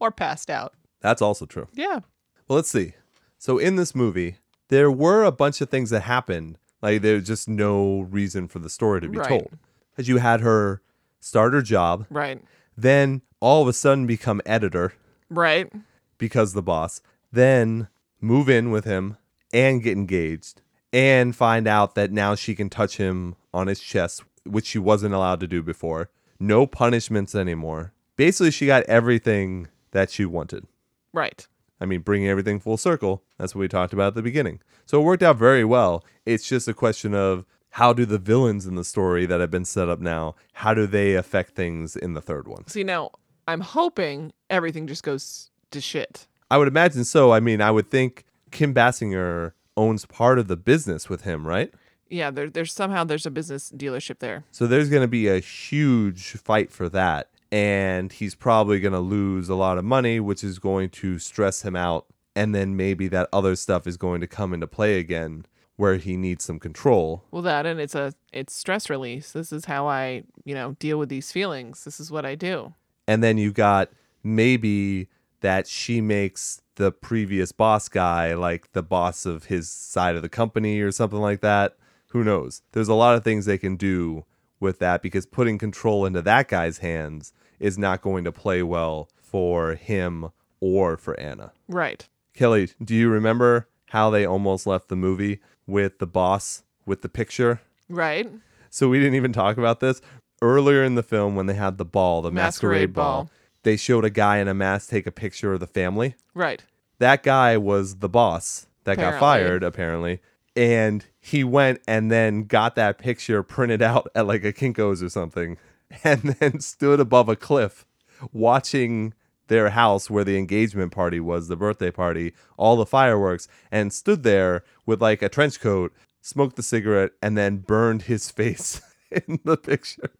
Speaker 2: Or passed out.
Speaker 1: That's also true.
Speaker 2: Yeah.
Speaker 1: Well, let's see. So in this movie, there were a bunch of things that happened. Like there's just no reason for the story to be
Speaker 2: Right.
Speaker 1: told. Because you had her start her job,
Speaker 2: Right.
Speaker 1: then all of a sudden become editor
Speaker 2: Right.
Speaker 1: because the boss, then move in with him and get engaged and find out that now she can touch him on his chest, which she wasn't allowed to do before. No punishments anymore. Basically, she got everything that she wanted.
Speaker 2: Right.
Speaker 1: I mean, bringing everything full circle. That's what we talked about at the beginning. So it worked out very well. It's just a question of how do the villains in the story that have been set up now, how do they affect things in the third one?
Speaker 2: See now, I'm hoping everything just goes to shit.
Speaker 1: I would imagine so. I mean, I would think Kim Bassinger owns part of the business with him, right?
Speaker 2: Yeah, there, there's somehow there's a business dealership there.
Speaker 1: So there's going to be a huge fight for that. And he's probably going to lose a lot of money, which is going to stress him out. And then maybe that other stuff is going to come into play again where he needs some control.
Speaker 2: Well, that and it's a it's stress release. This is how I you know deal with these feelings. This is what I do.
Speaker 1: and then you got maybe that she makes the previous boss guy like the boss of his side of the company or something like that who knows there's a lot of things they can do with that because putting control into that guy's hands is not going to play well for him or for anna
Speaker 2: Right.
Speaker 1: kelly do you remember how they almost left the movie with the boss with the picture
Speaker 2: Right.
Speaker 1: so we didn't even talk about this earlier in the film when they had the ball, the masquerade,
Speaker 2: Masquerade
Speaker 1: ball,
Speaker 2: ball.
Speaker 1: They showed a guy in a mask take a picture of the family.
Speaker 2: Right.
Speaker 1: That guy was the boss that got
Speaker 2: Apparently.
Speaker 1: fired, apparently. And he went and then got that picture printed out at like a Kinko's or something, and then stood above a cliff watching their house where the engagement party was, the birthday party, all the fireworks, and stood there with like a trench coat, smoked the cigarette, and then burned his face in the picture.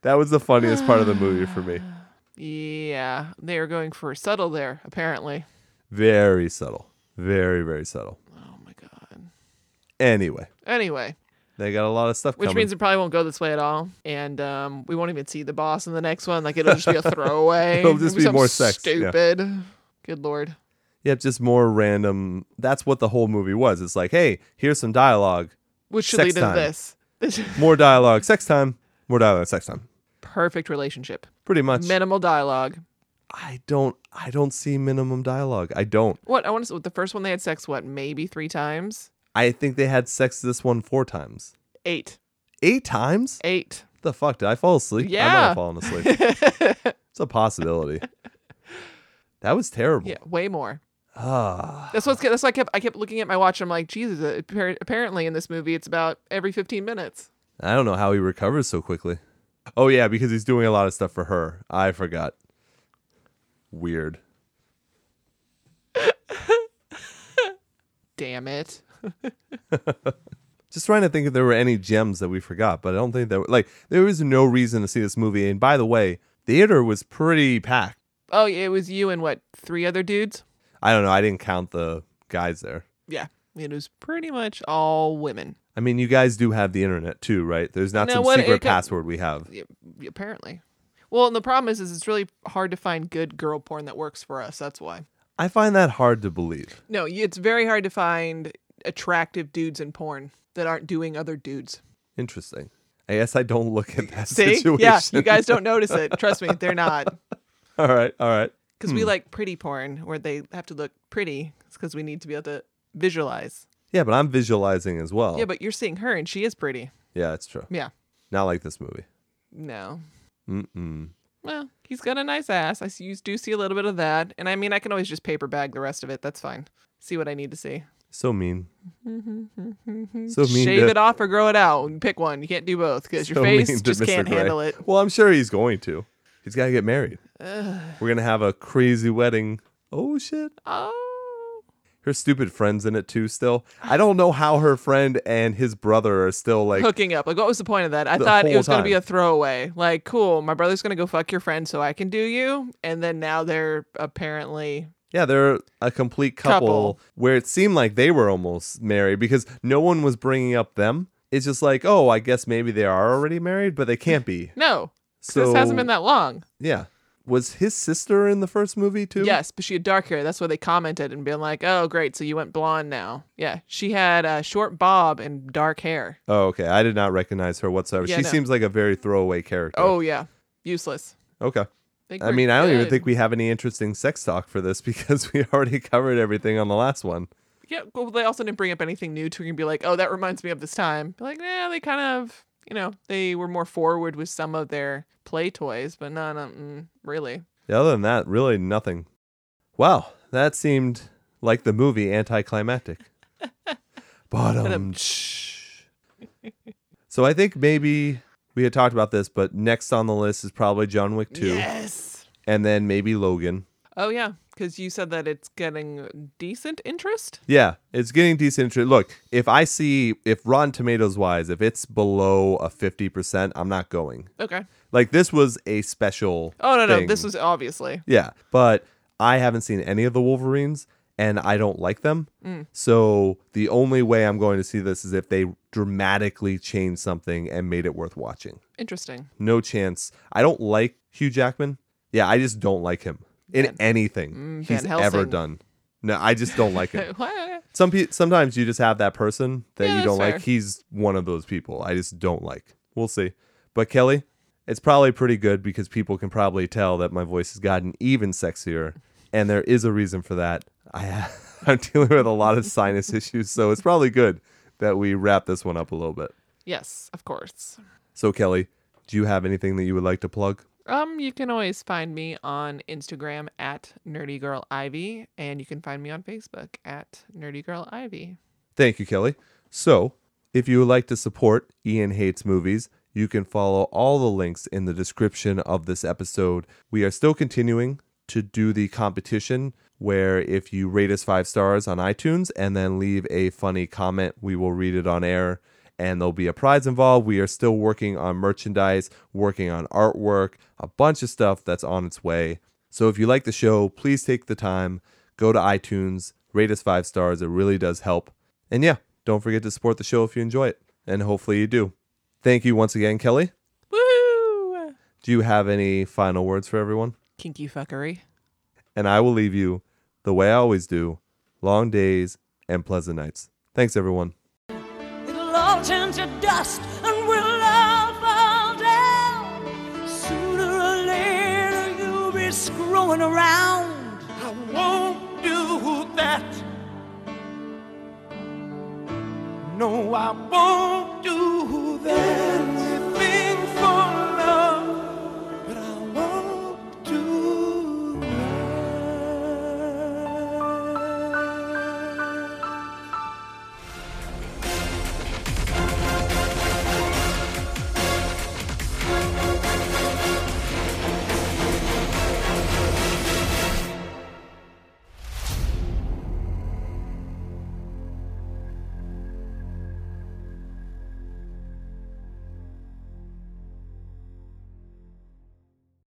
Speaker 1: That was the funniest part of the movie for me.
Speaker 2: Yeah, they are going for subtle there apparently.
Speaker 1: Very subtle. Very, very subtle.
Speaker 2: Oh my god.
Speaker 1: Anyway,
Speaker 2: Anyway,
Speaker 1: they got a lot of stuff
Speaker 2: which
Speaker 1: coming.
Speaker 2: means it probably won't go this way at all, and um, we won't even see the boss in the next one. Like it'll just be a throwaway.
Speaker 1: It'll just be
Speaker 2: something
Speaker 1: more sex, yeah.
Speaker 2: Stupid. Good lord.
Speaker 1: Yep, just more random. That's what the whole movie was. It's like, hey, here's some dialogue.
Speaker 2: Which should
Speaker 1: Sex
Speaker 2: lead
Speaker 1: time.
Speaker 2: into this. This
Speaker 1: More dialogue, sex time. More dialogue, sex time.
Speaker 2: perfect relationship.
Speaker 1: Pretty much.
Speaker 2: Minimal dialogue.
Speaker 1: I don't. I don't see minimum dialogue. I don't.
Speaker 2: What I want to the first one they had sex what maybe three times,
Speaker 1: I think they had sex this one four times.
Speaker 2: eight,
Speaker 1: Eight times?
Speaker 2: eight.
Speaker 1: The fuck did I fall asleep? I might
Speaker 2: Yeah.
Speaker 1: have fallen asleep. It's a possibility. that was terrible.
Speaker 2: yeah, way more.
Speaker 1: Ah.
Speaker 2: That's what's that's why I kept I kept looking at my watch. I'm like, Jesus. uh, appar- Apparently in this movie, it's about every 15 minutes.
Speaker 1: I don't know how he recovers so quickly. Oh yeah, because he's doing a lot of stuff for her. I forgot. Weird.
Speaker 2: Damn it.
Speaker 1: Just trying to think if there were any gems that we forgot, but I don't think there were. Like there was no reason to see this movie. And by the way, theater was pretty packed.
Speaker 2: Oh, yeah, it was you and what three other dudes?
Speaker 1: I don't know. I didn't count the guys there.
Speaker 2: Yeah, it was pretty much all women.
Speaker 1: I mean, you guys do have the internet too, right? There's not
Speaker 2: No,
Speaker 1: some
Speaker 2: what-
Speaker 1: secret
Speaker 2: it got-
Speaker 1: password we have.
Speaker 2: Yeah, apparently. Well, and the problem is, is it's really hard to find good girl porn that works for us. That's why.
Speaker 1: I find that hard to believe.
Speaker 2: No, y- it's very hard to find attractive dudes in porn that aren't doing other dudes.
Speaker 1: Interesting. I guess I don't look at that
Speaker 2: See?
Speaker 1: situation.
Speaker 2: Yeah, you guys don't notice it. Trust me, they're not.
Speaker 1: all right, all right.
Speaker 2: Because
Speaker 1: Hmm.
Speaker 2: we like pretty porn where they have to look pretty. It's because we need to be able to visualize.
Speaker 1: Yeah, but I'm visualizing as well.
Speaker 2: Yeah, but you're seeing her and she is pretty.
Speaker 1: yeah, it's true.
Speaker 2: Yeah.
Speaker 1: Not like this movie.
Speaker 2: No.
Speaker 1: Mm-mm.
Speaker 2: Well, he's got a nice ass. I s- you do see a little bit of that. And I mean, I can always just paper bag the rest of it. That's fine. See what I need to see.
Speaker 1: So mean. so mean.
Speaker 2: Shave
Speaker 1: to-
Speaker 2: it off or grow it out. Pick one. You can't do both because your
Speaker 1: so
Speaker 2: face
Speaker 1: mean to
Speaker 2: just
Speaker 1: Mr.
Speaker 2: can't
Speaker 1: Gray.
Speaker 2: handle it.
Speaker 1: Well, I'm sure he's going to. He's got to get married. We're gonna have a crazy wedding. Oh shit.
Speaker 2: Oh.
Speaker 1: Her stupid friend's in it too. Still, I don't know how her friend and his brother are still like.
Speaker 2: Hooking up. Like, what was the point of that? I
Speaker 1: The
Speaker 2: thought it
Speaker 1: whole
Speaker 2: was going to be
Speaker 1: time.
Speaker 2: a throwaway. Like, cool, my brother's going to go fuck your friend so I can do you. And then now they're apparently
Speaker 1: Yeah, they're a complete couple,
Speaker 2: Couple.
Speaker 1: where it seemed like they were almost married because no one was bringing up them. It's just like, oh, I guess maybe they are already married, but they can't be.
Speaker 2: No, 'cause
Speaker 1: So
Speaker 2: this hasn't been that long.
Speaker 1: Yeah. Was his sister in the first movie too?
Speaker 2: Yes, but she had dark hair. That's why they commented and been like, "Oh, great, so you went blonde now." Yeah, she had a short bob and dark hair.
Speaker 1: Oh, okay. I did not recognize her whatsoever.
Speaker 2: Yeah,
Speaker 1: she
Speaker 2: no.
Speaker 1: seems like a very throwaway character.
Speaker 2: Oh yeah, useless.
Speaker 1: okay.
Speaker 2: Think
Speaker 1: I
Speaker 2: we're
Speaker 1: mean, I don't even
Speaker 2: good.
Speaker 1: think we have any interesting sex talk for this because we already covered everything on the last one.
Speaker 2: Yeah, well, they also didn't bring up anything new to be like, "Oh, that reminds me of this time." Be like, nah, they kind of, you know, they were more forward with some of their play toys, but not mm, really.
Speaker 1: Yeah, Other than that, really nothing. Wow, that seemed like the movie anticlimactic. Bottom. so I think maybe we had talked about this, but next on the list is probably John Wick 2
Speaker 2: Yes.
Speaker 1: and then maybe Logan.
Speaker 2: Oh yeah, because you said that it's getting decent interest.
Speaker 1: Yeah, it's getting decent interest. Look, if I see if Rotten Tomatoes wise, if it's below a 50%, I'm not going.
Speaker 2: Okay.
Speaker 1: Like this was a special
Speaker 2: Oh no, no,
Speaker 1: thing.
Speaker 2: this was obviously.
Speaker 1: Yeah, but I haven't seen any of the Wolverines and I don't like them.
Speaker 2: Mm.
Speaker 1: So the only way I'm going to see this is if they dramatically change something and made it worth watching.
Speaker 2: Interesting.
Speaker 1: No chance. I don't like Hugh Jackman. Yeah, I just don't like him in
Speaker 2: Van- Mm,
Speaker 1: anything he's
Speaker 2: Van
Speaker 1: ever
Speaker 2: Helsing.
Speaker 1: done. No, I just don't like him.
Speaker 2: What?
Speaker 1: Some pe- sometimes you just have that person that
Speaker 2: Yeah,
Speaker 1: you
Speaker 2: that's
Speaker 1: don't
Speaker 2: fair.
Speaker 1: like. He's one of those people. I just don't like. We'll see. But Kelly, it's probably pretty good because people can probably tell that my voice has gotten even sexier, and there is a reason for that. I I'm dealing with a lot of sinus issues, so it's probably good that we wrap this one up a little bit.
Speaker 2: Yes, of course.
Speaker 1: So Kelly, do you have anything that you would like to plug?
Speaker 2: Um, you can always find me on Instagram at Nerdy Girl Ivy, and you can find me on Facebook at Nerdy Girl Ivy.
Speaker 1: Thank you, Kelly. So, if you would like to support Ian Hates Movies, you can follow all the links in the description of this episode. We are still continuing to do the competition where if you rate us five stars on iTunes and then leave a funny comment, we will read it on air and there'll be a prize involved. We are still working on merchandise, working on artwork, a bunch of stuff that's on its way. So if you like the show, please take the time, go to iTunes, rate us five stars. It really does help. And yeah, don't forget to support the show if you enjoy it, and hopefully you do. Thank you once again, Kelly.
Speaker 2: Woo!
Speaker 1: Do you have any final words for everyone?
Speaker 2: Kinky fuckery.
Speaker 1: And I will leave you the way I always do long days and pleasant nights. Thanks, everyone.
Speaker 3: It'll all turn to dust and No, I won't do that.